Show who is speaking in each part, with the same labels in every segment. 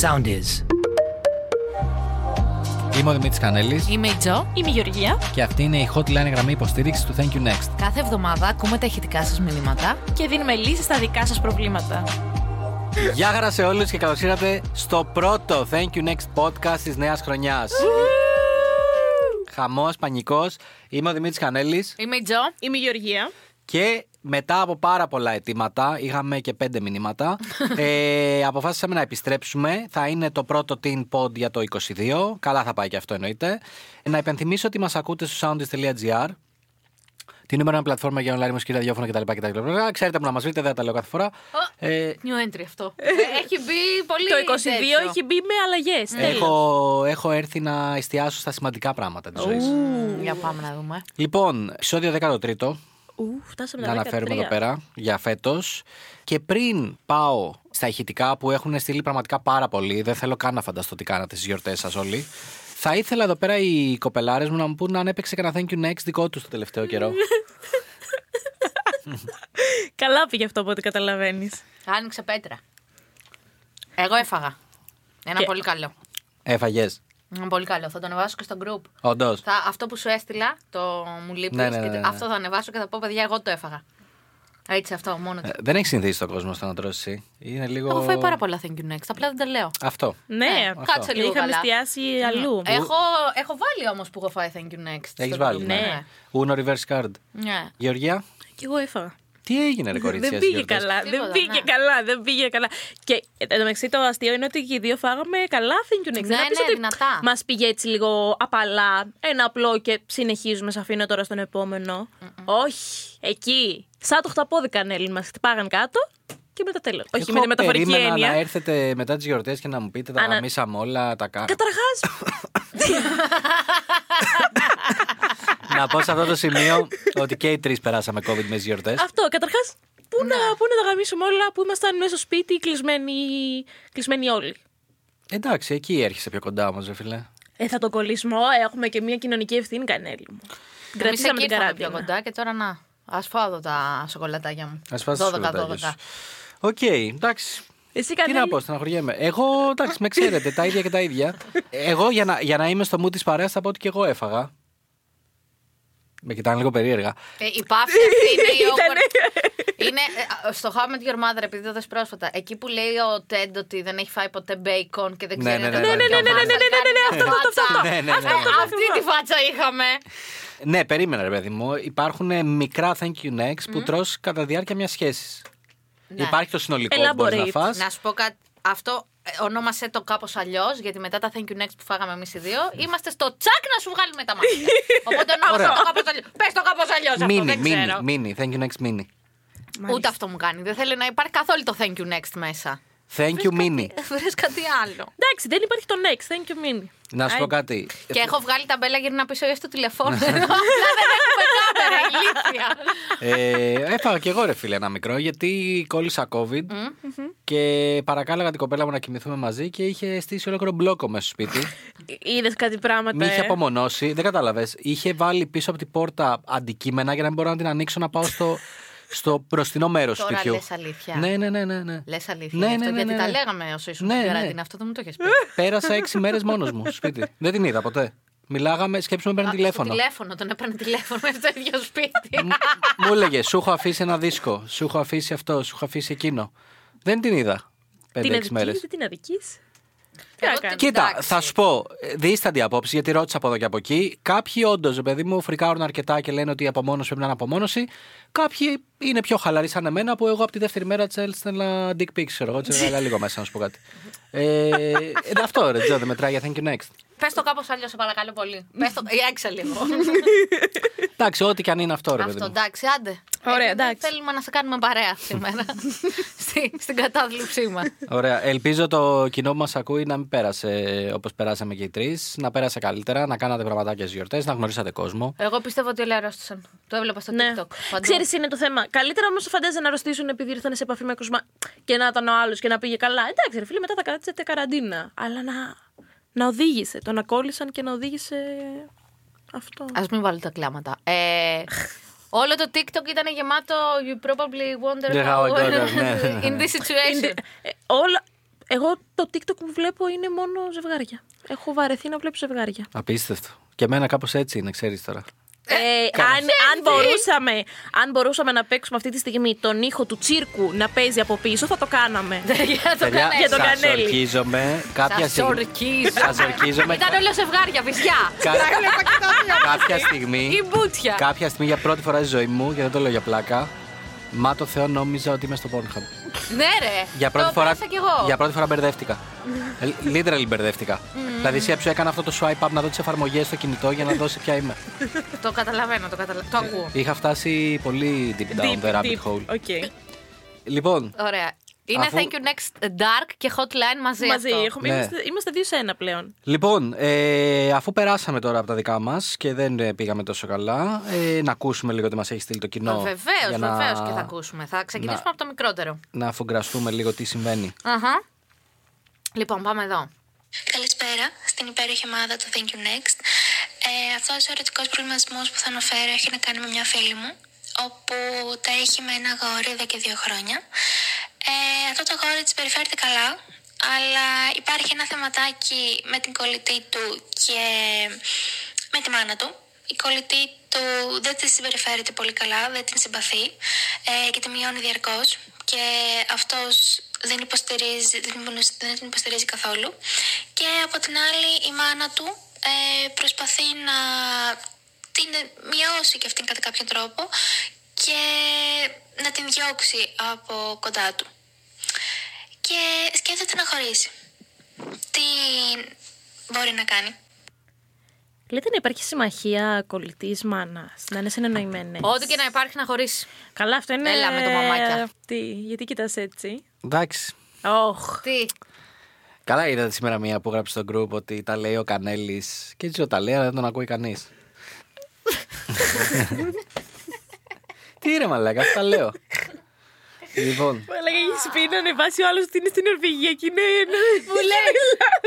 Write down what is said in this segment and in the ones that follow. Speaker 1: sound is.
Speaker 2: Είμαι ο Δημήτρης Κανέλης
Speaker 3: Είμαι η Τζο.
Speaker 4: Είμαι η Γεωργία.
Speaker 2: και αυτή είναι η hotline γραμμή υποστήριξης του Thank you Next.
Speaker 3: Κάθε εβδομάδα ακούμε τα ηχητικά σας μηνύματα.
Speaker 4: Και δίνουμε λύσεις στα δικά σας προβλήματα.
Speaker 2: Γεια χαρά σε όλους και καλώς ήρθατε στο πρώτο Thank you Next podcast της νέας χρονιάς. Χαμός, πανικός. Είμαι ο Δημήτρης Κανέλης
Speaker 3: Είμαι η Τζο.
Speaker 4: Είμαι η Γεωργία.
Speaker 2: και μετά από πάρα πολλά αιτήματα, είχαμε και πέντε μηνύματα, ε, αποφάσισαμε να επιστρέψουμε. Θα είναι το πρώτο Teen Pod για το 22. Καλά θα πάει και αυτό εννοείται. Να υπενθυμίσω ότι μας ακούτε στο soundist.gr. Την νούμερο είναι πλατφόρμα για online μουσική, ραδιόφωνο κτλ. κτλ. Ξέρετε που να μας βρείτε, δεν τα λέω κάθε φορά. Ε,
Speaker 3: New entry αυτό. έχει μπει πολύ.
Speaker 4: Το 22
Speaker 3: τέτοιο.
Speaker 4: έχει μπει με αλλαγές.
Speaker 3: Ναι.
Speaker 2: Έχω, έχω έρθει να εστιάσω στα σημαντικά πράγματα της ζωής.
Speaker 3: Για πάμε να δούμε.
Speaker 2: Λοιπόν, επεισόδιο 13ο,
Speaker 4: Ου, φτάσαμε
Speaker 2: να
Speaker 4: τα
Speaker 2: αναφέρουμε
Speaker 4: 13.
Speaker 2: εδώ πέρα για φέτος. Και πριν πάω στα ηχητικά που έχουν στείλει πραγματικά πάρα πολύ, δεν θέλω καν να φανταστώ τι κάνατε στις γιορτές σας όλοι. Θα ήθελα εδώ πέρα οι κοπελάρες μου να μου πούν αν έπαιξε κανένα thank you next δικό τους το τελευταίο καιρό.
Speaker 4: Καλά πήγε αυτό από ό,τι καταλαβαίνεις.
Speaker 3: Άνοιξε πέτρα. Εγώ έφαγα. Ένα
Speaker 4: Και-
Speaker 3: πολύ καλό.
Speaker 2: Έφαγες.
Speaker 3: Ένα πολύ καλό. Θα το ανεβάσω και στο group.
Speaker 2: Όντως.
Speaker 3: Θα, αυτό που σου έστειλα, το μου λείπεις.
Speaker 2: Ναι, ναι, ναι, ναι.
Speaker 3: Αυτό θα ανεβάσω και θα πω, παιδιά, εγώ το έφαγα. Έτσι, αυτό μόνο του.
Speaker 2: Ε, Δεν έχει συνηθίσει τον κόσμο στο να τρώσει. Είναι λίγο.
Speaker 3: Έχω φάει πάρα πολλά thank you next. Απλά δεν τα λέω.
Speaker 2: Αυτό.
Speaker 4: Ναι,
Speaker 2: αυτό.
Speaker 3: Κάτσε λίγο.
Speaker 4: είχαμε
Speaker 3: καλά. Ναι. Ε,
Speaker 4: εστιάσει αλλού.
Speaker 3: Έχω, έχω βάλει όμως που έχω φάει thank you next.
Speaker 2: Έχεις
Speaker 3: στο
Speaker 2: βάλει.
Speaker 3: group.
Speaker 2: Ναι.
Speaker 3: Ναι.
Speaker 2: Uno reverse card.
Speaker 3: Ναι.
Speaker 2: Γεωργία,
Speaker 4: Κι εγώ έφαγα.
Speaker 2: τι έγινε, ρε κορίτσια.
Speaker 4: Δεν
Speaker 2: στις
Speaker 4: πήγε
Speaker 2: γιορτές?
Speaker 4: καλά. Δεν
Speaker 3: Τίποτα,
Speaker 4: πήγε
Speaker 3: ναι.
Speaker 4: καλά. Δεν πήγε καλά. Και ε, εν τω μεταξύ το αστείο είναι ότι και οι δύο φάγαμε καλά. Thank you next.
Speaker 3: Ναι, ναι, δυνατά.
Speaker 4: Μας πήγε έτσι λίγο απαλά. Ένα απλό και συνεχίζουμε. Σε αφήνω τώρα στον επόμενο. Όχι. Εκεί. Σαν το χταπόδι κανέλη μας. Χτυπάγαν κάτω και μετά τέλος. Όχι με τη
Speaker 2: Εγώ
Speaker 4: μεταφορική
Speaker 2: περίμενα
Speaker 4: έννοια.
Speaker 2: να έρθετε μετά τις γιορτές και να μου πείτε τα
Speaker 4: Ανα-
Speaker 2: γαμίσαμε όλα, τα κάναμε.
Speaker 4: Καταρχάς.
Speaker 2: να πω σε αυτό το σημείο ότι και οι τρεις περάσαμε COVID μες τι γιορτές.
Speaker 4: Αυτό, καταρχάς. Πού να,
Speaker 2: Ναι.
Speaker 4: πού να τα γαμίσουμε όλα που ήμασταν μέσα στο σπίτι κλεισμένοι, κλεισμένοι όλοι.
Speaker 2: Εντάξει, εκεί έρχεσαι πιο κοντά όμως, ρε φιλέ.
Speaker 4: Ε, θα τον κολλισμό έχουμε και μια κοινωνική ευθύνη, κανέλη μου.
Speaker 3: Εμείς
Speaker 4: Κρατήσαμε
Speaker 3: εκεί
Speaker 4: την ναι.
Speaker 3: ήρθαμε πιο
Speaker 4: καράτινα.
Speaker 3: κοντά και τώρα να. Ας φάω εδώ τα σοκολατάκια μου.
Speaker 2: Ας φάσεις του
Speaker 3: 12.
Speaker 2: σοκολατάκια. Οκ, εντάξει.
Speaker 4: Εσύ
Speaker 2: Τι
Speaker 4: κανέλη.
Speaker 2: να πω, στεναχωριέμαι. Εγώ, εντάξει, με ξέρετε, τα ίδια και τα ίδια. Εγώ για να, για να είμαι στο μου της παρέας θα πω ότι και εγώ έφαγα. Με κοιτάνε λίγο περίεργα.
Speaker 3: Ε, η παύση αυτή είναι η
Speaker 4: Ήτανε.
Speaker 3: awkward. είναι ε, στο How Met Your Mother, επειδή το δες πρόσφατα. Εκεί που λέει ο Τέντ ότι δεν έχει φάει ποτέ μπέικον και δεν
Speaker 2: Ναι,
Speaker 3: ξέρει.
Speaker 2: ναι,
Speaker 3: να
Speaker 2: ναι,
Speaker 3: το
Speaker 2: ναι, ναι,
Speaker 3: κάνει.
Speaker 2: ναι, ναι, ναι,
Speaker 4: ναι, ναι, ναι, αυτό, αυτό, αυτό, αυτό.
Speaker 2: Ναι, ναι, ναι,
Speaker 3: Αυτή-
Speaker 2: ναι, ναι.
Speaker 3: Αυτή τη φάτσα είχαμε.
Speaker 2: Ναι, περίμενα, ρε παιδί μου. Υπάρχουν ε, μικρά thank you next που τρως κατά διάρκεια μιας σχέσης.
Speaker 3: Ναι.
Speaker 2: Υπάρχει το συνολικό που μπορείς να
Speaker 4: Elaborate.
Speaker 2: φας.
Speaker 3: Να σου πω κάτι. Αυτό ε, ονόμασε το κάπως αλλιώς, γιατί μετά τα thank you next που φάγαμε εμείς οι δύο, είμαστε στο τσακ να σου βγάλουμε τα μάτια. Οπότε ονόμασε
Speaker 2: Ωραία.
Speaker 3: το κάπως αλλιώς. Πες το κάπως αλλιώς αυτό,
Speaker 2: Μίνι,
Speaker 3: δεν
Speaker 2: μίνι,
Speaker 3: ξέρω.
Speaker 2: μίνι. Thank you next, μίνι.
Speaker 3: Ούτε αυτό μου κάνει. Δεν θέλει να υπάρχει καθόλου το thank you next μέσα.
Speaker 2: Thank you, μίνι.
Speaker 4: Ε,
Speaker 3: Βρες κάτι άλλο.
Speaker 4: Εντάξει, δεν υπάρχει το next. Thank you, Minnie.
Speaker 2: Να σου πω
Speaker 4: Άι.
Speaker 2: κάτι.
Speaker 3: Και έχω βγάλει τα μπέλα γύρω να πίσω ή στο τηλεφώνημα.
Speaker 2: Ναι.
Speaker 3: Απλά δεν έχουμε κάμερα, ηλίθεια.
Speaker 2: ε, έφαγα και εγώ ρε φίλε ένα μικρό γιατί κόλλησα COVID και παρακάλαγα την κοπέλα μου να κοιμηθούμε μαζί και είχε στήσει ολόκληρο μπλόκο μέσα στο σπίτι.
Speaker 4: Είδες κάτι πράγματα.
Speaker 2: Μη είχε
Speaker 4: ε.
Speaker 2: απομονώσει, δεν κατάλαβες. Είχε βάλει πίσω από την πόρτα αντικείμενα για να μην μπορώ να την ανοίξω να πάω στο, στο μπροστινό μέρος του
Speaker 3: Τώρα
Speaker 2: σπιτιού.
Speaker 3: λες αλήθεια.
Speaker 2: Ναι, ναι, ναι. ναι, ναι.
Speaker 3: Λες αλήθεια.
Speaker 2: Ναι,
Speaker 3: γι' αυτό,
Speaker 2: ναι, ναι,
Speaker 3: γιατί
Speaker 2: ναι,
Speaker 3: τα
Speaker 2: ναι.
Speaker 3: λέγαμε όσο ήσουν
Speaker 2: Ναι,
Speaker 3: στην
Speaker 2: ναι.
Speaker 3: καραντίνα. Αυτό δεν μου το έχεις πει.
Speaker 2: Πέρασα έξι μέρες μόνος μου στο σπίτι. Δεν την είδα ποτέ. Μιλάγαμε, σκέψουμε παίρνει
Speaker 3: Α,
Speaker 2: τηλέφωνο.
Speaker 3: στο τηλέφωνο, τον έπαιρνε τηλέφωνο με το ίδιο σπίτι.
Speaker 2: Μου έλεγε, σου έχω αφήσει ένα δίσκο, σου έχω αφήσει αυτό, σου έχω αφήσει εκείνο. Δεν την είδα.
Speaker 4: Την
Speaker 2: 5-6 μέρε.
Speaker 4: αδική, την αδική. Τι
Speaker 3: Εγώ
Speaker 4: να
Speaker 3: την-
Speaker 4: κάνω.
Speaker 2: Κοίτα,
Speaker 3: Εντάξει.
Speaker 2: θα σου πω, ε, δίσταντη απόψη, γιατί ρώτησα από εδώ και από εκεί. Κάποιοι όντως, παιδί μου, φρικάρουν αρκετά και λένε ότι η απομόνωση πρέπει να είναι απομόνωση. Κάποιοι είναι πιο χαλαροί σαν εμένα που εγώ από τη δεύτερη μέρα της έλστελα dick pics, ξέρω εγώ. Τσέλα λίγο μέσα να σου πω κάτι. ε, ε, αυτό ρε, Τζο, δεν μετράει για thank you next.
Speaker 3: Πες το κάπως αλλιώς, σε παρακαλώ πολύ. Πες το. Για έξα λίγο.
Speaker 2: Εντάξει, ό,τι και αν είναι αυτό, ρε παιδί
Speaker 3: Αυτό
Speaker 2: μου.
Speaker 3: εντάξει, άντε.
Speaker 4: Ωραία,
Speaker 3: Ε,
Speaker 4: εντάξει.
Speaker 3: Θέλουμε να σε κάνουμε παρέα σήμερα. Στη- Στην κατάθλιψή μας.
Speaker 2: Ωραία. Ελπίζω το κοινό που μας ακούει να μην πέρασε όπως περάσαμε και οι τρεις. Να πέρασε καλύτερα, να κάνατε πραγματάκια στις γιορτές, να γνωρίσατε κόσμο.
Speaker 3: Εγώ πιστεύω ότι όλοι αρρώστησαν. Το έβλεπα στο
Speaker 4: Ναι.
Speaker 3: TikTok. παντού.
Speaker 4: Ξέρεις, είναι το θέμα. Καλύτερα όμως φαντάζεσαι να αρρωστήσουν επειδή ήρθαν σε επαφή με κοσμά και να ήταν ο άλλος και να πήγε καλά. Εντάξει, ρε φίλε, μετά θα κάτσετε καραντίνα. Αλλά να, να οδήγησε. Τον ακόλλησαν και να οδήγησε αυτό.
Speaker 3: Ας μην βάλω τα κλάματα. Ε, όλο το TikTok ήταν γεμάτο. You probably wonder
Speaker 2: Yeah, how I got it, oh ναι.
Speaker 3: in this
Speaker 4: Είναι-
Speaker 3: situation.
Speaker 4: ε, όλα. Εγώ το TikTok που βλέπω είναι μόνο ζευγάρια. Έχω βαρεθεί να βλέπω ζευγάρια.
Speaker 2: Απίστευτο. Και εμένα κάπως έτσι είναι, ξέρεις τώρα.
Speaker 4: Ε, αν, αν, μπορούσαμε, αν μπορούσαμε να παίξουμε αυτή τη στιγμή τον ήχο του τσίρκου να παίζει από πίσω, θα το κάναμε.
Speaker 3: Για το
Speaker 2: Παιδιά,
Speaker 3: κανένα.
Speaker 4: για το
Speaker 2: σας
Speaker 4: κανέλι.
Speaker 2: ορκίζομαι. Κάποια
Speaker 3: Σας
Speaker 2: στιγμή.
Speaker 3: ορκίζομαι.
Speaker 2: Σας ορκίζομαι.
Speaker 3: Ήταν όλα ζευγάρια, βυζιά.
Speaker 2: Κα- Κάποια
Speaker 3: Ή
Speaker 2: στιγμή.
Speaker 3: μπούτια.
Speaker 2: Κάποια στιγμή για πρώτη φορά στη ζωή μου, και δεν το λέω για πλάκα, μα το Θεό νόμιζα ότι είμαι στο Pornhub.
Speaker 3: Ναι, ρε.
Speaker 2: Για πρώτη,
Speaker 3: το
Speaker 2: φορά,
Speaker 3: πέρασα κι εγώ.
Speaker 2: για πρώτη φορά μπερδεύτηκα. Ε, Literally μπερδεύτηκα. Δηλαδή, σέψου έκανα αυτό το swipe up να δω τις εφαρμογές στο κινητό για να δω σε ποια είμαι.
Speaker 3: Το καταλαβαίνω, το, καταλα... το ακούω.
Speaker 2: Είχα φτάσει πολύ deep down the rabbit hole.
Speaker 4: Okay.
Speaker 2: Λοιπόν,
Speaker 3: Ωραία. Είναι
Speaker 2: Αφού-
Speaker 3: thank you next dark και hotline μαζί.
Speaker 4: Μαζί,
Speaker 3: αυτό.
Speaker 4: έχουμε,
Speaker 2: Ναι.
Speaker 4: είμαστε, είμαστε δύο σε ένα πλέον.
Speaker 2: Λοιπόν, ε, αφού περάσαμε τώρα από τα δικά μας και δεν ε, πήγαμε τόσο καλά, ε, να ακούσουμε λίγο τι μας έχει στείλει το κοινό.
Speaker 3: Βεβαίως,
Speaker 2: για να-
Speaker 3: βεβαίως και θα ακούσουμε. Θα ξεκινήσουμε
Speaker 2: να-
Speaker 3: από το μικρότερο.
Speaker 2: Να αφουγκραστούμε λίγο τι συμβαίνει.
Speaker 3: Αχα. Λοιπόν, πάμε εδώ.
Speaker 1: Καλησπέρα στην υπέροχη ομάδα του Thank you Next. Ε, Αυτός ο ερωτικός προβληματισμός που θα αναφέρω έχει να κάνει με μια φίλη μου, όπου τα έχει με ένα αγόρι εδώ και δύο χρόνια. Ε, αυτό το αγόρι της περιφέρεται καλά, αλλά υπάρχει ένα θεματάκι με την κολλητή του και με τη μάνα του. Η κολλητή του δεν της συμπεριφέρεται πολύ καλά, δεν την συμπαθεί ε, και τη μειώνει διαρκώς. Και αυτός δεν, υποστηρίζει, δεν, την- δεν την υποστηρίζει καθόλου. Και από την άλλη, η μάνα του ε, προσπαθεί να την μειώσει και αυτήν κατά κάποιο τρόπο και να την διώξει από κοντά του. Και σκέφτεται να χωρίσει. Τι μπορεί να κάνει.
Speaker 4: Λέτε να υπάρχει συμμαχία κολλητής μάνας, να είναι συνεννοημένες.
Speaker 3: Ό,τι και να υπάρχει να χωρίσει.
Speaker 4: Καλά, αυτό είναι.
Speaker 3: Έλα με το μαμάκια.
Speaker 4: Τι, γιατί κοιτάς έτσι.
Speaker 2: Εντάξει.
Speaker 4: Οχ.
Speaker 3: Τι.
Speaker 2: Καλά είδατε σήμερα μία που γράψε στο group ότι τα λέει ο Κανέλης. Και έτσι τα λέει, αλλά δεν τον ακούει κανείς. τι ρε μαλάκα, αυτά λέω. λοιπόν,
Speaker 4: Έλεγα έχει πει να ανεβάσει ο άλλος ότι είναι στην Νορβηγία και είναι. Μου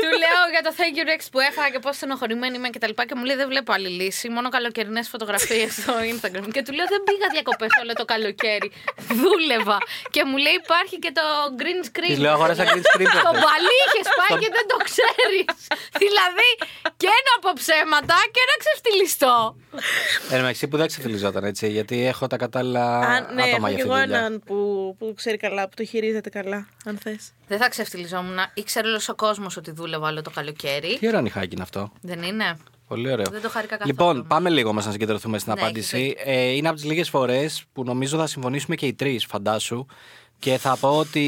Speaker 3: Του λέω για το thank you next που έφαγα και πόσο στενοχωρημένη είμαι και τα λοιπά. Και μου λέει δεν βλέπω άλλη λύση. Μόνο καλοκαιρινές φωτογραφίες στο Instagram. Και του λέω δεν πήγα διακοπές όλο το καλοκαίρι. Δούλευα. Και μου λέει υπάρχει και το green screen.
Speaker 2: της λέω αγόρασα green screen.
Speaker 3: Το
Speaker 2: προχτές.
Speaker 3: μπαλί είχε πάει και δεν το ξέρεις. δηλαδή και να από ψέματα και να ξεφτυλιστώ.
Speaker 2: Εν τω μεταξύ που δεν ξεφυλιζόταν έτσι, γιατί έχω τα κατάλληλα
Speaker 4: ναι,
Speaker 2: άτομα για
Speaker 4: έχω κι
Speaker 2: αυτή
Speaker 4: εγώ
Speaker 2: τη δουλειά.
Speaker 4: έναν που, που ξέρει καλά, που το χειρίζεται καλά, αν θες.
Speaker 3: Δεν θα ξεφτυλιζόμουν. Ήξερε όλος ο κόσμος ότι δούλευα όλο το καλοκαίρι.
Speaker 2: Τι ωραίο νυχάκι είναι αυτό.
Speaker 3: Δεν είναι.
Speaker 2: Πολύ ωραίο.
Speaker 3: Δεν το χάρηκα καθόλου.
Speaker 2: Λοιπόν, πάμε λίγο όμω να συγκεντρωθούμε στην
Speaker 3: Ναι,
Speaker 2: απάντηση.
Speaker 3: έχεις
Speaker 2: Ε, είναι από τις λίγες φορές που νομίζω θα συμφωνήσουμε και οι τρεις, φαντάσου. Και θα πω ότι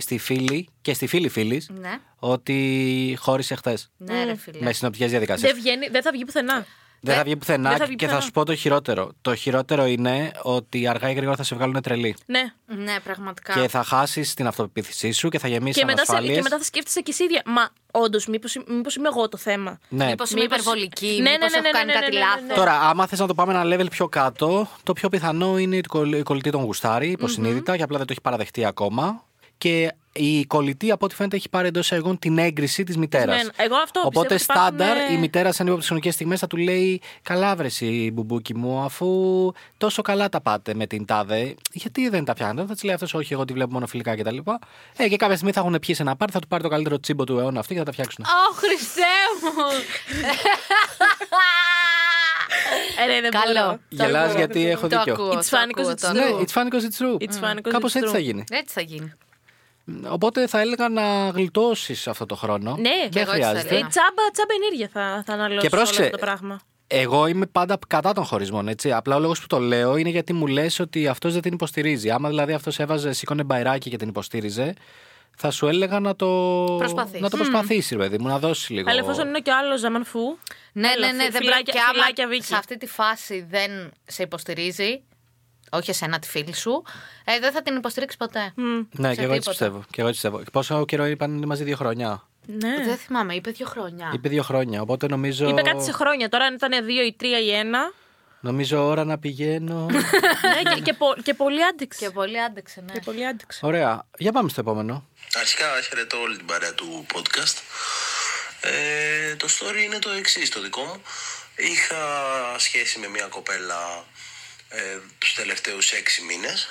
Speaker 2: στη φίλη και στη φίλη φίλης
Speaker 3: Ναι.
Speaker 2: ότι χώρισε χθες.
Speaker 3: Ναι, ρε φίλε.
Speaker 2: Με συνοπτικές διαδικασίες.
Speaker 4: Δεν, βγαίνει, δεν θα βγει πουθενά.
Speaker 2: Δεν θα βγει πουθενά
Speaker 4: δεν θα βγει
Speaker 2: και θα
Speaker 4: πουθενά.
Speaker 2: σου πω το χειρότερο. Το χειρότερο είναι ότι αργά ή γρήγορα θα σε βγάλουν τρελή.
Speaker 4: Ναι.
Speaker 3: Ναι, πραγματικά.
Speaker 2: Και θα χάσεις την αυτοπεποίθησή σου και θα γεμίσεις
Speaker 4: Και μετά, σε-
Speaker 2: ανασφάλειες.
Speaker 4: και μετά θα σκέφτεσαι κι εσύ ίδια. Μα όντως, μήπως είμαι εγώ το θέμα.
Speaker 2: Ναι,
Speaker 3: Μήπως είμαι
Speaker 4: Μήπως-
Speaker 3: υπερβολική,
Speaker 4: Ναι,
Speaker 3: μήπως
Speaker 4: ναι, ναι,
Speaker 3: έχω κάνει
Speaker 4: ναι, ναι,
Speaker 3: κάτι
Speaker 4: ναι, ναι, ναι.
Speaker 3: λάθος.
Speaker 2: Τώρα, άμα θε να το πάμε ένα level πιο κάτω, το πιο πιθανό είναι η κολλη- η κολλητή τον γουστάρει υποσυνείδητα και απλά δεν το έχει παραδεχτεί ακόμα. Και η κολλητή, από ό,τι φαίνεται, έχει πάρει εντός εγγών την έγκριση της μητέρας.
Speaker 4: Ναι, εγώ αυτό
Speaker 2: Οπότε,
Speaker 4: πιστεύω ότι
Speaker 2: στάνταρ,
Speaker 4: υπάρχουν, ε,
Speaker 2: η μητέρα σε ανυποψυχονικέ στιγμές θα του λέει: Καλά, βρεσί, μπουμπούκι μου, αφού τόσο καλά τα πάτε με την τάδε, γιατί δεν τα πιάνετε. Θα της λέει αυτός: Όχι, εγώ τη βλέπω μόνο φιλικά κτλ. Ε, και κάποια στιγμή θα έχουν πιει σε ένα πάρτι, θα του πάρει το καλύτερο τσίμπο του αιώνα αυτή και θα τα φτιάξουν.
Speaker 3: Ω, Χριστέ μου!
Speaker 4: Ε, ρε, δεν
Speaker 3: Καλό.
Speaker 4: μπορώ.
Speaker 2: Γελάς γιατί έχω
Speaker 3: Το
Speaker 2: δίκιο.
Speaker 3: ακούω.
Speaker 4: It's
Speaker 3: το
Speaker 4: fun
Speaker 3: ακούω
Speaker 4: 'cause it's
Speaker 3: τώρα.
Speaker 2: Ναι,
Speaker 4: true.
Speaker 2: it's fun because it's true.
Speaker 4: It's fun 'cause
Speaker 2: Κάπως
Speaker 4: it's
Speaker 2: έτσι
Speaker 4: true.
Speaker 2: θα γίνει.
Speaker 3: Έτσι θα γίνει.
Speaker 2: Οπότε θα έλεγα να γλιτώσεις αυτό το χρόνο.
Speaker 4: Ναι, και
Speaker 2: δεν
Speaker 3: εγώ έτσι θα
Speaker 2: χρειάζεται.
Speaker 3: έλεγα.
Speaker 4: Ε, τσάμπα, τσάμπα ενέργεια θα, θα αναλώσω
Speaker 2: Και
Speaker 4: όλο
Speaker 2: πρόσεξε.
Speaker 4: αυτό το πράγμα.
Speaker 2: Εγώ είμαι πάντα κατά των χωρισμών, έτσι. Απλά ο λόγος που το λέω είναι γιατί μου λες ότι αυτός δεν την υποστηρίζει. Άμα δηλαδή αυτός έβαζε, σήκωνε μπαϊράκι και την υποστήριζε, θα σου έλεγα να το,
Speaker 3: Προσπαθείς.
Speaker 2: να το προσπαθήσει, ρε παιδί μου, να δώσει λίγο.
Speaker 4: Αλλά εφόσον ναι, είναι και ο άλλος Ζαμαν Φου.
Speaker 3: Ναι,
Speaker 4: Έλα,
Speaker 3: ναι, ναι,
Speaker 4: φι-
Speaker 3: δεν πρέπει.
Speaker 4: φυλάκια-
Speaker 3: Και άμα
Speaker 4: φυλάκια, Βίκυ.
Speaker 3: σε αυτή τη φάση δεν σε υποστηρίζει, όχι εσένα τη φίλη σου, ε, δεν θα την υποστηρίξεις ποτέ.
Speaker 2: Ναι, και εγώ έτσι
Speaker 3: τίποτα.
Speaker 2: πιστεύω. Και εγώ έτσι πιστεύω. Πόσο καιρό είπαν μαζί δύο χρόνια.
Speaker 4: Ναι.
Speaker 3: Ε. Δεν θυμάμαι, είπε δύο χρόνια.
Speaker 2: Είπε δύο χρόνια. Οπότε νομίζω.
Speaker 4: Είπε κάτι σε χρόνια. Τώρα αν ήταν δύο ή τρία ή ένα.
Speaker 2: Νομίζω ώρα να πηγαίνω.
Speaker 4: ναι, και, και, πο- και πολύ άντεξε.
Speaker 3: Και πολύ άντεξε, ναι.
Speaker 4: Και πολύ άντεξε.
Speaker 2: Ωραία. Για πάμε στο επόμενο.
Speaker 5: Αρχικά χαιρετώ όλη την παρέα του podcast. Ε, το story είναι το εξής το δικό μου. Είχα σχέση με μια κοπέλα ε, τους τελευταίους έξι μήνες.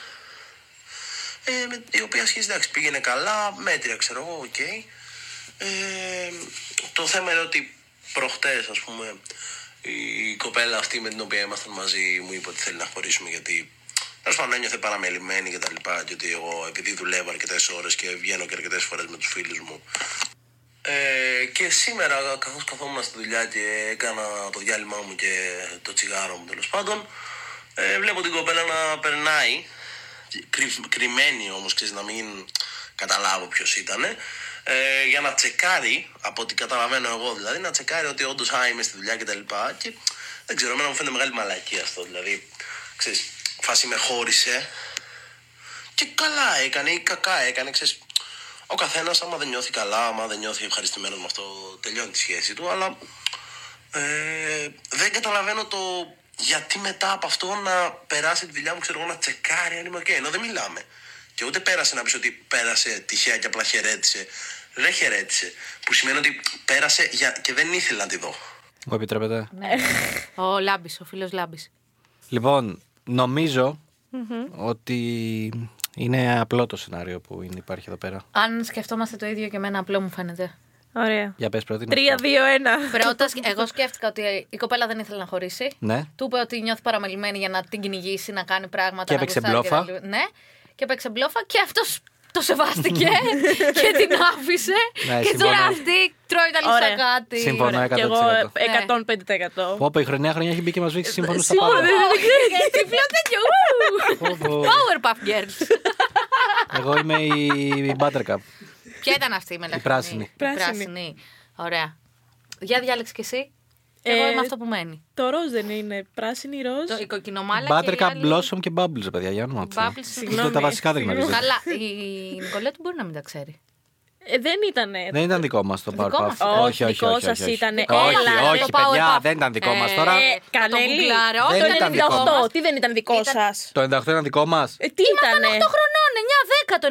Speaker 5: ε, με- η οποία σχέση εντάξει πήγαινε καλά, μέτρια ξέρω εγώ, οκ. Ε, το θέμα είναι ότι προχτές ας πούμε η κοπέλα αυτή με την οποία ήμασταν μαζί μου είπε ότι θέλει να χωρίσουμε γιατί Τέλος πάντων, ένιωθε παραμελημένη και τα λοιπά. Και ότι εγώ, επειδή δουλεύω αρκετές ώρες και βγαίνω και αρκετές φορές με τους φίλους μου, ε, και σήμερα, καθώς καθόμουν στη δουλειά και έκανα το διάλειμμα μου και το τσιγάρο μου τέλος πάντων, ε, βλέπω την κοπέλα να περνάει, κρυ- κρυμμένη όμως, ξέρεις, να μην καταλάβω ποιος ήταν, ε, για να τσεκάρει, από ό,τι καταλαβαίνω εγώ δηλαδή, να τσεκάρει ότι όντως α, είμαι στη δουλειά και τα λοιπά. Και δεν ξέρω, εμένα μου φαίνεται μεγάλη μαλακία αυτό, δηλαδή, ξέρεις, φάση με χώρισε, και καλά έκανε ή κακά έκανε, ξέρεις. Ο καθένας, άμα δεν νιώθει καλά, άμα δεν νιώθει ευχαριστημένος με αυτό, τελειώνει τη σχέση του. Αλλά ε, δεν καταλαβαίνω το γιατί μετά από αυτό να περάσει τη δουλειά μου, ξέρω εγώ, να τσεκάρει αν είμαι οκ. Ενώ δεν μιλάμε. Και ούτε πέρασε να πεις ότι πέρασε τυχαία και απλά χαιρέτησε. Δεν χαιρέτησε. Που σημαίνει ότι πέρασε για... και δεν ήθελα να τη δω.
Speaker 2: Μου επιτρέπετε.
Speaker 3: Ο Λάμπης, ο φίλος Λάμπης.
Speaker 2: Λοιπόν, νομίζω ότι είναι απλό το σενάριο που είναι, υπάρχει εδώ πέρα.
Speaker 3: Αν σκεφτόμαστε το ίδιο και εμένα, απλό μου φαίνεται.
Speaker 4: Ωραία.
Speaker 2: Για πες πρώτη. να σου
Speaker 4: 3-2-1.
Speaker 3: Πρώτα, σκ- εγώ σκέφτηκα ότι η κοπέλα δεν ήθελε να χωρίσει.
Speaker 2: Ναι.
Speaker 3: Του είπε ότι νιώθει παραμελημένη για να την κυνηγήσει, να κάνει πράγματα.
Speaker 2: Και
Speaker 3: να
Speaker 2: έπαιξε
Speaker 3: γουστάρει
Speaker 2: μπλόφα.
Speaker 3: τα λοιπά. Ναι, και έπαιξε μπλόφα και αυτός το σεβάστηκε και την άφησε.
Speaker 2: Ναι,
Speaker 3: και τώρα
Speaker 2: συμφωνώ.
Speaker 3: αυτή τρώει τα λεφτά
Speaker 4: Ωραία.
Speaker 3: κάτι.
Speaker 2: Συμφωνώ. Συμφωνώ 100%.
Speaker 4: Και εγώ ε, 105%.
Speaker 2: πω. Πω, πω, η χρονιά χρονιά έχει μπει και μας βήξει σύμφωνο στα
Speaker 4: Σίγουρα
Speaker 2: πάντα.
Speaker 4: δεν
Speaker 3: Όχι, και τυφλό τέτοιο. ου!
Speaker 2: Πω, πω.
Speaker 3: Powerpuff Girls.
Speaker 2: Εγώ είμαι η, η Buttercup.
Speaker 3: Ποια ήταν αυτή η μελαχρινή.
Speaker 2: πράσινη.
Speaker 3: Η πράσινη. Ωραία. Για διάλεξε κι εσύ. Και εγώ
Speaker 4: Ε,
Speaker 3: είμαι αυτό που μένει.
Speaker 4: Το ροζ δεν είναι. Πράσινη ροζ.
Speaker 3: Το, η κοκκινομάλα και η
Speaker 2: Buttercup,
Speaker 3: άλλη...
Speaker 2: Blossom και Bubbles, παιδιά, για όνομα του Θεού.
Speaker 3: Bubbles, συγγνώμη.
Speaker 2: Τα- Τα βασικά δεν γνωρίζω.
Speaker 3: Καλά, η Νικολέτου μπορεί να μην τα ξέρει.
Speaker 4: Ε, δεν ήτανε.
Speaker 2: Δεν ήταν δικό μας το
Speaker 3: Δικό
Speaker 2: Powerpuff.
Speaker 3: μας.
Speaker 2: Όχι, όχι, όχι.
Speaker 4: Δικό
Speaker 2: όχι,
Speaker 4: σας
Speaker 2: όχι.
Speaker 4: ήτανε.
Speaker 2: Όχι,
Speaker 4: Έλα,
Speaker 2: όχι,
Speaker 3: το
Speaker 2: παιδιά,
Speaker 3: Powerpuff.
Speaker 2: δεν ήταν δικό μας
Speaker 3: Ε,
Speaker 2: τώρα.
Speaker 3: ε,
Speaker 4: Ε,
Speaker 3: το
Speaker 4: Κανέλη,
Speaker 3: γκουγκλάρω.
Speaker 2: δεν
Speaker 3: Το
Speaker 2: ήταν δικό
Speaker 3: 98.
Speaker 2: μας.
Speaker 4: 98. Τι δεν ήταν δικό σας.
Speaker 2: Το 98 ήταν δικό μας.
Speaker 4: Ε, τι
Speaker 3: Ήμασταν 8
Speaker 4: ήτανε.
Speaker 3: χρονών, 9, 10 το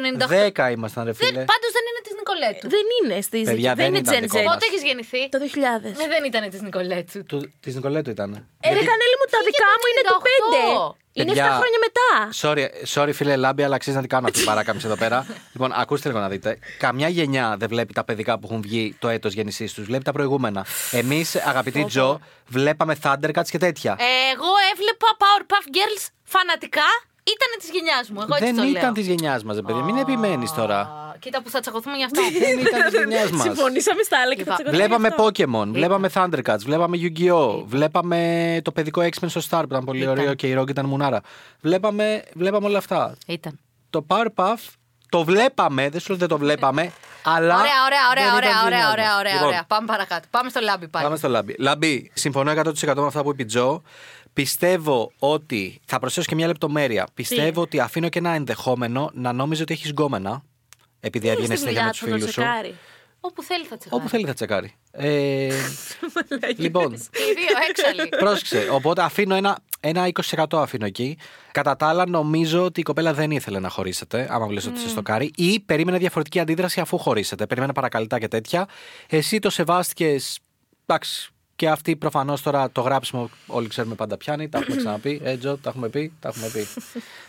Speaker 2: 10
Speaker 3: 98.
Speaker 2: ήμασταν, ρε
Speaker 3: Δεν,
Speaker 2: φίλε.
Speaker 3: πάντως δεν είναι της Νικολέτου.
Speaker 4: Δεν είναι στη
Speaker 2: Παιδιά,
Speaker 4: Δεν
Speaker 2: δεν
Speaker 4: είναι
Speaker 2: ήταν
Speaker 4: Gen
Speaker 2: δικό
Speaker 4: Z.
Speaker 2: μας.
Speaker 3: Πότε έχεις γεννηθεί.
Speaker 4: Το 2000.
Speaker 3: Ναι, δεν ήταν της Νικολέτου.
Speaker 2: Του- Της Νικολέτου ήταν.
Speaker 4: Ε, ρε, Κανέλη μου, τα
Speaker 3: Φύγε
Speaker 4: δικά
Speaker 3: το
Speaker 4: μου είναι το
Speaker 3: 58.
Speaker 4: 5. Είναι 7
Speaker 2: Παιδιά.
Speaker 4: χρόνια μετά.
Speaker 2: Sorry, sorry φίλε Λάμπη, αλλά αξίζει να την κάνω αυτή την παράκαμψη εδώ πέρα. λοιπόν, ακούστε λίγο να δείτε. Καμιά γενιά δεν βλέπει τα παιδικά που έχουν βγει το έτος γέννησής τους. Βλέπει τα προηγούμενα. Εμείς, αγαπητοί Τζο, βλέπαμε Thundercats και τέτοια.
Speaker 3: Ε, Εγώ έβλεπα Powerpuff Girls φανατικά. Ήτανε της γενιάς μου. Εγώ έτσι
Speaker 2: δεν
Speaker 3: το λέω.
Speaker 2: ήταν της γενιάς μας, παιδί. Μην επιμένεις τώρα.
Speaker 3: Α, Κοίτα που θα τσακωθούμε γι' αυτό.
Speaker 2: δεν ήταν της γενιάς μας.
Speaker 4: Συμφωνήσαμε στα άλλα και θα
Speaker 3: Είπα.
Speaker 4: τσακωθούμε
Speaker 2: Βλέπαμε
Speaker 4: γι' αυτό.
Speaker 2: Pokémon, βλέπαμε Thundercats, βλέπαμε Yu-Gi-Oh! Βλέπαμε το παιδικό X-Men στο Star που ήταν πολύ ωραίο και η Rogue ήταν μουνάρα. Βλέπαμε, βλέπαμε όλα αυτά.
Speaker 3: Ήταν.
Speaker 2: Το Powerpuff το βλέπαμε, δεν σου λέω ότι δεν το βλέπαμε, αλλά.
Speaker 3: Ωραία, ωραία, ωραία,
Speaker 2: δεν ήταν
Speaker 3: ωραία,
Speaker 2: της γενιάς
Speaker 3: ωραία, ωραία,
Speaker 2: μας.
Speaker 3: ωραία,
Speaker 2: Λοιπόν,
Speaker 3: ωραία. Πάμε παρακάτω. Πάμε στο λάμπι πάλι.
Speaker 2: Πάμε στο Λάμπι. Λάμπι, συμφωνώ 100% με αυτά που είπε η Τζο. Πιστεύω ότι. Θα προσθέσω και μια λεπτομέρεια. Πιστεύω ότι αφήνω και ένα ενδεχόμενο να νόμιζε ότι έχεις γκόμενα. Επειδή έβγαινε
Speaker 4: Στη
Speaker 2: συνέχεια
Speaker 4: δουλειά
Speaker 2: με του
Speaker 4: του να
Speaker 2: φίλου σου.
Speaker 4: τσεκάρει.
Speaker 3: Όπου θέλει θα τσεκάρει.
Speaker 2: Όπου θέλει θα τσεκάρει. Ε, λοιπόν,
Speaker 3: Οι δύο έξαλλοι.
Speaker 2: πρόσεξε. Οπότε αφήνω ένα, ένα 20% αφήνω εκεί. Κατά τα άλλα, νομίζω ότι η κοπέλα δεν ήθελε να χωρίσετε, άμα βλέπεις ότι σε
Speaker 3: Mm.
Speaker 2: στοκάρει, ή περίμενε διαφορετική αντίδραση αφού χωρίσετε. Περίμενε παρακαλυτά και τέτοια. Εσύ το σεβάστηκες. Εντάξει. Και αυτή προφανώς τώρα το γράψιμο όλοι ξέρουμε πάντα πιάνει. Τα έχουμε ξαναπεί. Έτζο, τα έχουμε πει. Τα έχουμε πει.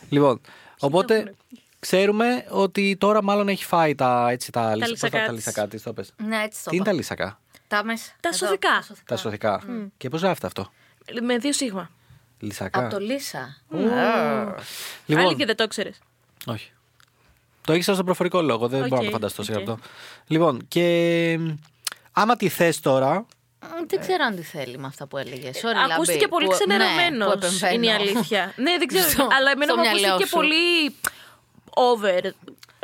Speaker 2: λοιπόν, οπότε ξέρουμε ότι τώρα μάλλον έχει φάει τα, έτσι, τα, λυσα- πώς τα,
Speaker 4: λυσακά
Speaker 2: τα
Speaker 4: της.
Speaker 2: λυσακά της, το πες.
Speaker 3: Ναι, έτσι το
Speaker 2: Τι είναι
Speaker 3: είπα.
Speaker 2: τα
Speaker 3: Mm.
Speaker 2: λυσακά.
Speaker 3: Τα μέσα.
Speaker 4: Τα
Speaker 3: Εδώ,
Speaker 4: σωθικά.
Speaker 3: τα
Speaker 2: Τα σωθικά. Και πώς γράφεται αυτό.
Speaker 4: Με δύο σίγμα.
Speaker 2: Λυσακά.
Speaker 3: Από το Λίσα.
Speaker 2: Λοιπόν,
Speaker 4: Άλλη και δεν το ξέρεις.
Speaker 2: όχι. Το ήξερα στον προφορικό λόγο, δεν
Speaker 4: Οκ,
Speaker 2: μπορώ να το φανταστώ σε
Speaker 4: οκ.
Speaker 2: αυτό. Λοιπόν, και μ, άμα τη θες τώρα.
Speaker 3: Μ, Δεν ξέρω αν τι θέλει με αυτά που έλεγες. Sorry,
Speaker 4: Ε.
Speaker 3: ναι,
Speaker 4: Ακούστηκε πολύ ξενερωμένος. είναι η αλήθεια. ναι, δεν ξέρω.
Speaker 3: Στο-
Speaker 4: αλλά εμένα
Speaker 3: στο
Speaker 4: μου
Speaker 3: μυαλό
Speaker 4: ακούστηκε
Speaker 3: σου.
Speaker 4: πολύ over.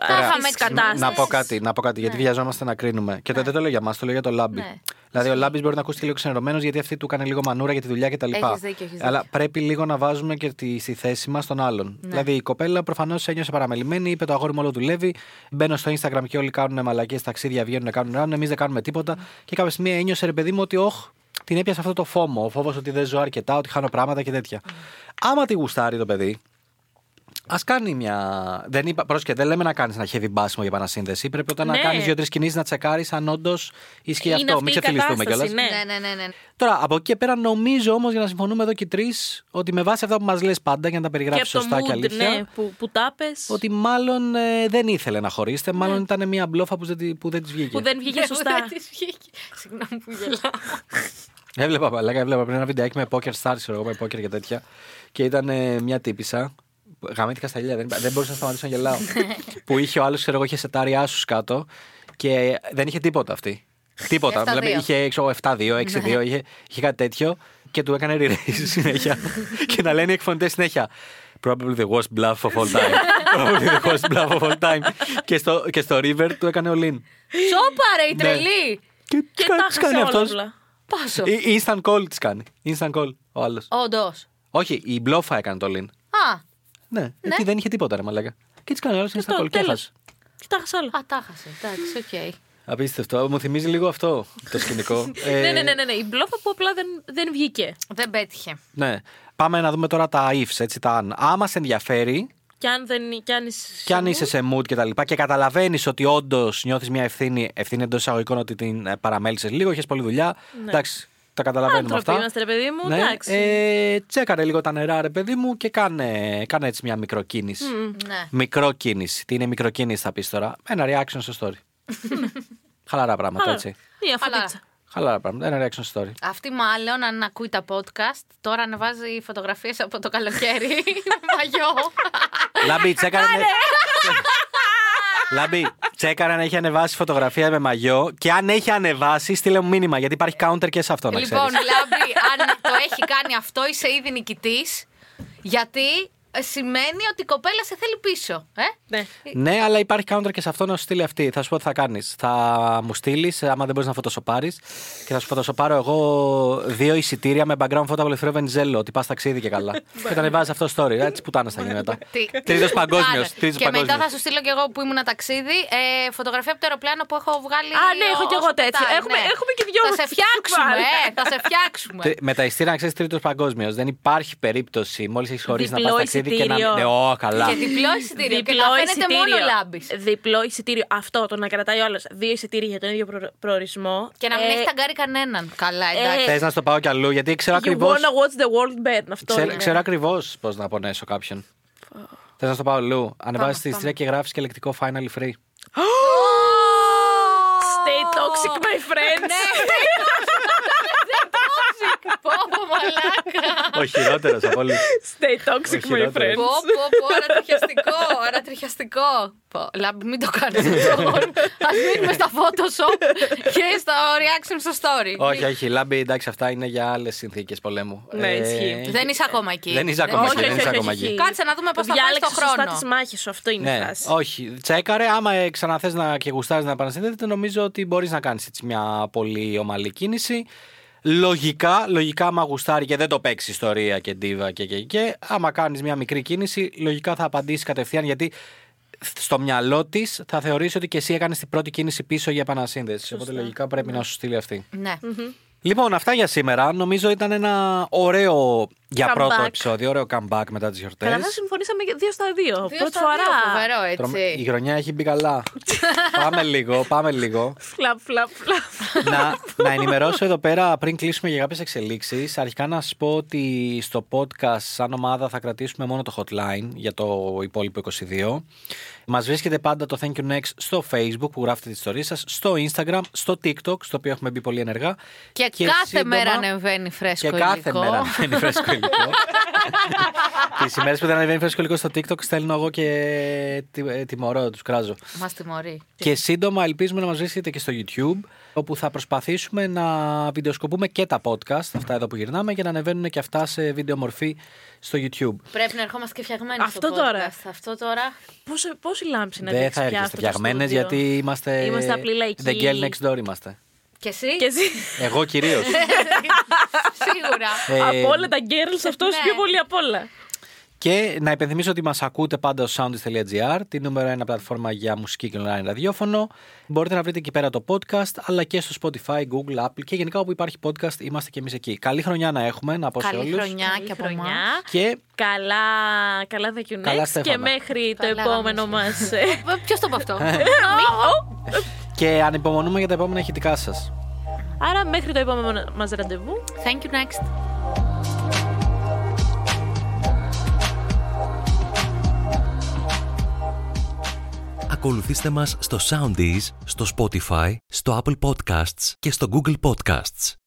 Speaker 3: Τα είχαμε
Speaker 4: της
Speaker 3: ξανά.
Speaker 2: Να πω κάτι, να πω κάτι γιατί βιαζόμαστε να κρίνουμε. Και το, δεν το λέω για μα, το λέω για το λάμπι.
Speaker 3: Ναι.
Speaker 2: Δηλαδή, ο λάμπι μπορεί να ακούσει και λίγο ξενερωμένος γιατί αυτή του κάνει λίγο μανούρα για τη δουλειά κτλ.
Speaker 3: Έχεις δίκιο, έχεις
Speaker 2: Αλλά
Speaker 3: δίκιο. Ναι.
Speaker 2: πρέπει λίγο να βάζουμε και τη, στη θέση μας τον άλλον. Δηλαδή, η κοπέλα προφανώς ένιωσε παραμελημένη, είπε το αγόρι μου όλο δουλεύει. Μπαίνω στο Instagram και όλοι κάνουν μαλακίε, ταξίδια βγαίνουν, κάνουν ράνουν. Εμείς δεν κάνουμε
Speaker 3: Ναι.
Speaker 2: τίποτα. Και κάποια στιγμή ένιωσε ρε παιδί μου ότι, όχ, την έπιασε αυτό το
Speaker 3: Ναι.
Speaker 2: φόμο. Ο φόβος ότι δεν ζω αρκετά, ότι χάνω πράγματα και τέτοια. Άμα τη γουστάρει το παιδί, Ας κάνει μια. Δεν είπα, πρόσκε, δεν λέμε να κάνεις ένα heavy μπάσιμο για επανασύνδεση. Πρέπει όταν
Speaker 4: Ναι.
Speaker 2: να κάνεις δύο-τρει κινήσεις να τσεκάρεις αν όντως ισχύει
Speaker 4: Είναι
Speaker 2: αυτό.
Speaker 4: αυτή
Speaker 2: Μην
Speaker 4: η
Speaker 2: ξεφυλιστούμε κιόλα.
Speaker 4: κατάσταση, ναι.
Speaker 3: Ναι, ναι, ναι. ναι.
Speaker 2: Τώρα, από εκεί και πέρα, νομίζω όμως για να συμφωνούμε εδώ και οι τρεις ότι με βάση αυτά που μας λες πάντα για να τα
Speaker 4: Και
Speaker 2: περιγράψεις
Speaker 4: από το
Speaker 2: σωστά και
Speaker 4: mood
Speaker 2: αλήθεια.
Speaker 4: ναι, που, που τα πες,
Speaker 2: Ότι μάλλον ε, δεν ήθελε να χωρίσετε, μάλλον ήταν μια μπλόφα που δεν, τη- που δεν της βγήκε.
Speaker 4: Ναι. που δεν βγήκε
Speaker 3: Ναι, που
Speaker 4: σωστά.
Speaker 3: δεν της βγήκε. Συγγνώμη που γελάω.
Speaker 2: Έβλεπα, παλάκα, έβλεπα πριν ένα βιντεάκι με poker stars, ξέρω εγώ, με poker και τέτοια. Και ήταν ε, μια τύπησα. Γαμήθηκα στα ηλιά, δεν, δεν μπορούσα να σταματήσω να γελάω. που είχε ο άλλος, ξέρω εγώ, είχε σετάρει άσους κάτω και δεν είχε τίποτα αυτή. Τίποτα.
Speaker 3: 7-2.
Speaker 2: Μιλάμε, είχε ξέρω εγώ, 7-2, 6-2, είχε, είχε κάτι τέτοιο και του έκανε re-raise συνέχεια. και να λένε οι εκφωνητές συνέχεια. Probably the worst bluff of all time. Probably the worst bluff of all time. και, στο, και στο River του έκανε ο Lin.
Speaker 3: Σόπαρε η
Speaker 2: Ναι.
Speaker 3: τρελή.
Speaker 2: Και,
Speaker 4: Και
Speaker 2: κάτι
Speaker 4: τα
Speaker 2: της
Speaker 4: έχασε όλα
Speaker 2: αυτός.
Speaker 4: απλά.
Speaker 3: Πάσο.
Speaker 2: Ή- Ε, Instant call τη κάνει. Instant call ο άλλος.
Speaker 3: Όντως.
Speaker 2: Όχι, η μπλόφα έκανε το Lin.
Speaker 3: Α,
Speaker 2: Ναι, γιατί δεν είχε τίποτα ρε μαλάκα. Και έτσι κάνει ο άλλος instant
Speaker 4: το
Speaker 2: call και
Speaker 4: τέλος.
Speaker 2: έχασε.
Speaker 4: Και τα έχασα όλα.
Speaker 3: α, τα χάσε. Εντάξει, οκ.
Speaker 2: Απίστευτο. Μου θυμίζει λίγο αυτό το σκηνικό. Ε,
Speaker 4: Ναι, ναι, ναι, ναι, ναι. Η μπλόφα που απλά δεν, δεν βγήκε.
Speaker 3: Δεν πέτυχε.
Speaker 2: ναι. Πάμε να δούμε τώρα τα ifs, έτσι, τα αν. Άμα σε ενδιαφέρει
Speaker 4: Και αν, δεν, και αν είσαι.
Speaker 2: και αν είσαι σε mood και τα λοιπά και καταλαβαίνεις ότι όντως νιώθεις μια ευθύνη, ευθύνη εντός εισαγωγικών ότι την παραμέλησες λίγο, είχες πολλή δουλειά. Εντάξει, τα καταλαβαίνουμε
Speaker 4: Ναι. Άνθρωποι
Speaker 2: αυτά.
Speaker 4: είμαστε, ρε παιδί μου,
Speaker 2: Ναι,
Speaker 4: εντάξει.
Speaker 2: ε, τσέκαρε λίγο τα νερά, ρε παιδί μου, και κάνε, κάνε έτσι μια μικροκίνηση.
Speaker 3: Ναι.
Speaker 2: Μικρό κίνηση. Τι είναι μικρό κίνηση θα πεις τώρα. Ένα reaction στο story. Χαλαρά πράγματα,
Speaker 4: Άρα,
Speaker 2: έτσι.
Speaker 4: η αφωτίτσα.
Speaker 3: Αλλά
Speaker 2: Χαλαρά πράγματα. Ένα reaction story.
Speaker 3: αυτή μάλλον αν ακούει τα podcast, τώρα ανεβάζει φωτογραφίες από το καλοκαίρι. Μαγιό.
Speaker 2: Λάμπη, τσέκαρε. να- Λάμπη, τσέκαρε να έχει ανεβάσει φωτογραφία με μαγιό και αν έχει ανεβάσει, στείλε μου μήνυμα γιατί υπάρχει counter και σε αυτό να
Speaker 3: λοιπόν,
Speaker 2: ξέρεις.
Speaker 3: Λάμπη, αν το έχει κάνει αυτό, είσαι ήδη νικητής. Γιατί ε, σημαίνει ότι η κοπέλα σε θέλει πίσω. Ε?
Speaker 4: Ναι.
Speaker 2: Ναι, αλλά υπάρχει counter και σε αυτό να σου στείλει αυτή. Θα σου πω τι θα κάνεις. Θα μου στείλεις, άμα δεν μπορείς να φωτοσοπάρεις, και θα σου φωτοσοπάρω εγώ δύο εισιτήρια με background photo από Λευθερό Βενιζέλο. Ότι πας ταξίδι και καλά. και τον βάζει αυτό story. Έτσι που τάνα θα γίνει μετά.
Speaker 3: Τι-
Speaker 2: Τρίτος παγκόσμιος.
Speaker 3: Άρα. Και μετά θα σου στείλω και εγώ που ήμουν ταξίδι ε, φωτογραφία από το αεροπλάνο που έχω βγάλει.
Speaker 4: Α, ναι, έχω
Speaker 3: ο-
Speaker 4: κι εγώ
Speaker 3: ως
Speaker 4: τέτοια.
Speaker 3: πετάει, ναι.
Speaker 4: Έχουμε- έχουμε και δυο
Speaker 3: Θα σε
Speaker 4: μας.
Speaker 3: φτιάξουμε.
Speaker 4: Βάλε.
Speaker 3: ε, θα σε φτιάξουμε.
Speaker 2: Τρι- Με τα ειστήρια να ξέρεις τρίτος παγκόσμιος. Δεν υπάρχει περίπτωση μόλις έχεις χωρίσει να πας
Speaker 4: Διπλό
Speaker 2: ταξίδι και να.
Speaker 4: εισιτήριο.
Speaker 2: Ναι, ω, καλά.
Speaker 3: Και διπλό εισιτήριο. και να φαίνεται μόνο λάμπης.
Speaker 4: Διπλό εισιτήριο. Αυτό το να κρατάει όλος δύο εισιτήρια για τον ίδιο προ- προορισμό.
Speaker 3: Και να μην
Speaker 4: Ε,
Speaker 3: έχει ταγκάρει κανέναν. Καλά,
Speaker 4: ε,
Speaker 3: εντάξει.
Speaker 2: Θες να στο πάω κι αλλού, γιατί ξέρω
Speaker 4: You
Speaker 2: ακριβώς.
Speaker 4: wanna watch the world bed. Αυτό
Speaker 2: Ξέρω,
Speaker 4: είναι.
Speaker 2: ξέρω ακριβώς πώς να πονέσω κάποιον. Θες να στο πάω αλλού. Ανεβάζεις τη ιστρία και γράφεις και λεκτικό finally free.
Speaker 4: Stay toxic, my friends.
Speaker 3: Ναι, Πω, πω, μαλάκα.
Speaker 2: Ο χειρότερος από όλους.
Speaker 4: Stay toxic,
Speaker 2: Ο
Speaker 4: my
Speaker 2: χειρότερος.
Speaker 4: friends.
Speaker 3: Πω, πω, πω, ανατριχιαστικό, ανατριχιαστικό. Πω, Λάμπη, μην το κάνεις αυτό. Ας μείνουμε στα Photoshop και στα reaction στο story.
Speaker 2: όχι, όχι, λάμπη, εντάξει, αυτά είναι για άλλες συνθήκες πολέμου. Ε,
Speaker 4: Ναι, ισχύει.
Speaker 3: Δεν είσαι ακόμα εκεί.
Speaker 2: Δεν είσαι ακόμα
Speaker 4: Όχι,
Speaker 2: εκεί.
Speaker 4: όχι,
Speaker 2: Δεν είσαι
Speaker 4: όχι,
Speaker 2: ακόμα
Speaker 4: όχι.
Speaker 2: εκεί.
Speaker 3: Κάτσε να δούμε πώς θα πάει
Speaker 4: Διάλεξε
Speaker 3: στο
Speaker 4: σωστά
Speaker 3: χρόνο.
Speaker 4: τις μάχες σου. Αυτό είναι η
Speaker 2: Ναι,
Speaker 4: φάση.
Speaker 2: όχι. Τσέκαρε. Άμα ε, ξαναθέ να και γουστάρεις να επανασυνδέεται, νομίζω ότι μπορείς να κάνεις μια πολύ ομαλή κίνηση. Λογικά, λογικά, άμα γουστάρει και δεν το παίξει ιστορία και ντίβα και και και, άμα κάνεις μια μικρή κίνηση, λογικά θα απαντήσει κατευθείαν γιατί στο μυαλό της θα θεωρήσει ότι και εσύ έκανες την πρώτη κίνηση πίσω για επανασύνδεση. Οπότε λογικά πρέπει να σου στείλει αυτή.
Speaker 3: Ναι.
Speaker 2: Λοιπόν, αυτά για σήμερα. Νομίζω ήταν ένα ωραίο για
Speaker 4: Comeback.
Speaker 2: πρώτο επεισόδιο, ωραίο comeback μετά τις γιορτές.
Speaker 4: Καταρχάς συμφωνήσαμε για δύο στα δύο.
Speaker 3: Δύο
Speaker 4: Πρώτη
Speaker 3: στα δύο,
Speaker 4: φορά.
Speaker 3: Φοβερό,
Speaker 2: Η
Speaker 3: έτσι.
Speaker 2: χρονιά έχει μπει καλά. πάμε λίγο, πάμε λίγο.
Speaker 4: Φλαπ, φλαπ, φλαπ.
Speaker 2: να, να ενημερώσω εδώ πέρα πριν κλείσουμε για κάποιες εξελίξεις. Αρχικά να σας πω ότι στο podcast, σαν ομάδα, θα κρατήσουμε μόνο το hotline για το υπόλοιπο 22. Μας βρίσκεται πάντα το Thank you Next στο Facebook που γράφετε τις ιστορίες σας, στο Instagram, στο TikTok, στο οποίο έχουμε μπει πολύ ενεργά.
Speaker 3: Και, κάθε
Speaker 2: σύντομα-
Speaker 3: μέρα ανεβαίνει φρέσκο
Speaker 2: και κάθε
Speaker 3: υλικό.
Speaker 2: μέρα ανεβαίνει φρέσκο υλικό. τις ημέρες που δεν ανεβαίνει φρέσκο υλικό στο TikTok, στέλνω εγώ και ε, τι- τιμωρώ, τους κράζω.
Speaker 3: Μας τιμωρεί.
Speaker 2: Και σύντομα ελπίζουμε να μας βρίσκετε και στο YouTube, όπου θα προσπαθήσουμε να βιντεοσκοπούμε και τα podcast, αυτά εδώ που γυρνάμε, για να ανεβαίνουν και αυτά σε βίντεο μορφή στο YouTube.
Speaker 3: Πρέπει να ερχόμαστε και φτιαγμένοι
Speaker 4: Αυτό
Speaker 3: στο
Speaker 4: τώρα.
Speaker 3: podcast. Αυτό τώρα.
Speaker 4: Πόση, πόση λάμψη να
Speaker 2: Δεν
Speaker 4: δείξεις
Speaker 2: θα
Speaker 4: πια
Speaker 2: έρχεστε
Speaker 4: αυτό το
Speaker 2: φτιαγμένες,
Speaker 4: στούντιο.
Speaker 2: γιατί είμαστε.
Speaker 4: Είμαστε απλοί λαϊκοί.
Speaker 2: The girl next door είμαστε.
Speaker 3: Και εσύ.
Speaker 4: Και εσύ.
Speaker 2: Εγώ κυρίως.
Speaker 3: Σίγουρα.
Speaker 2: Ε,
Speaker 4: από όλα τα girls αυτός
Speaker 3: ναι.
Speaker 4: πιο πολύ απ' όλα.
Speaker 2: Και να υπενθυμίσω ότι μας ακούτε πάντα στο soundist.gr, την νούμερο 1 πλατφόρμα για μουσική και online ραδιόφωνο. Μπορείτε να βρείτε εκεί πέρα το podcast, αλλά και στο Spotify, Google, Apple και γενικά όπου υπάρχει podcast είμαστε και εμείς εκεί. Καλή χρονιά να έχουμε, να πω σε
Speaker 3: Καλή
Speaker 2: όλους.
Speaker 3: χρονιά και από εμάς.
Speaker 4: χρονιά.
Speaker 2: Και
Speaker 4: Καλά, καλά The Q
Speaker 2: Καλά,
Speaker 4: Next και
Speaker 2: Στέφανα.
Speaker 4: μέχρι το
Speaker 3: Καλά,
Speaker 4: επόμενο ε. μα.
Speaker 3: Ποιος το είπε αυτό.
Speaker 2: Ε. Και ανυπομονούμε για τα επόμενα ηχητικά σας.
Speaker 4: Άρα μέχρι το επόμενο μας ραντεβού.
Speaker 3: Thank you next.
Speaker 6: Ακολουθήστε μας στο Soundees, στο Spotify, στο Apple Podcasts και στο Google Podcasts.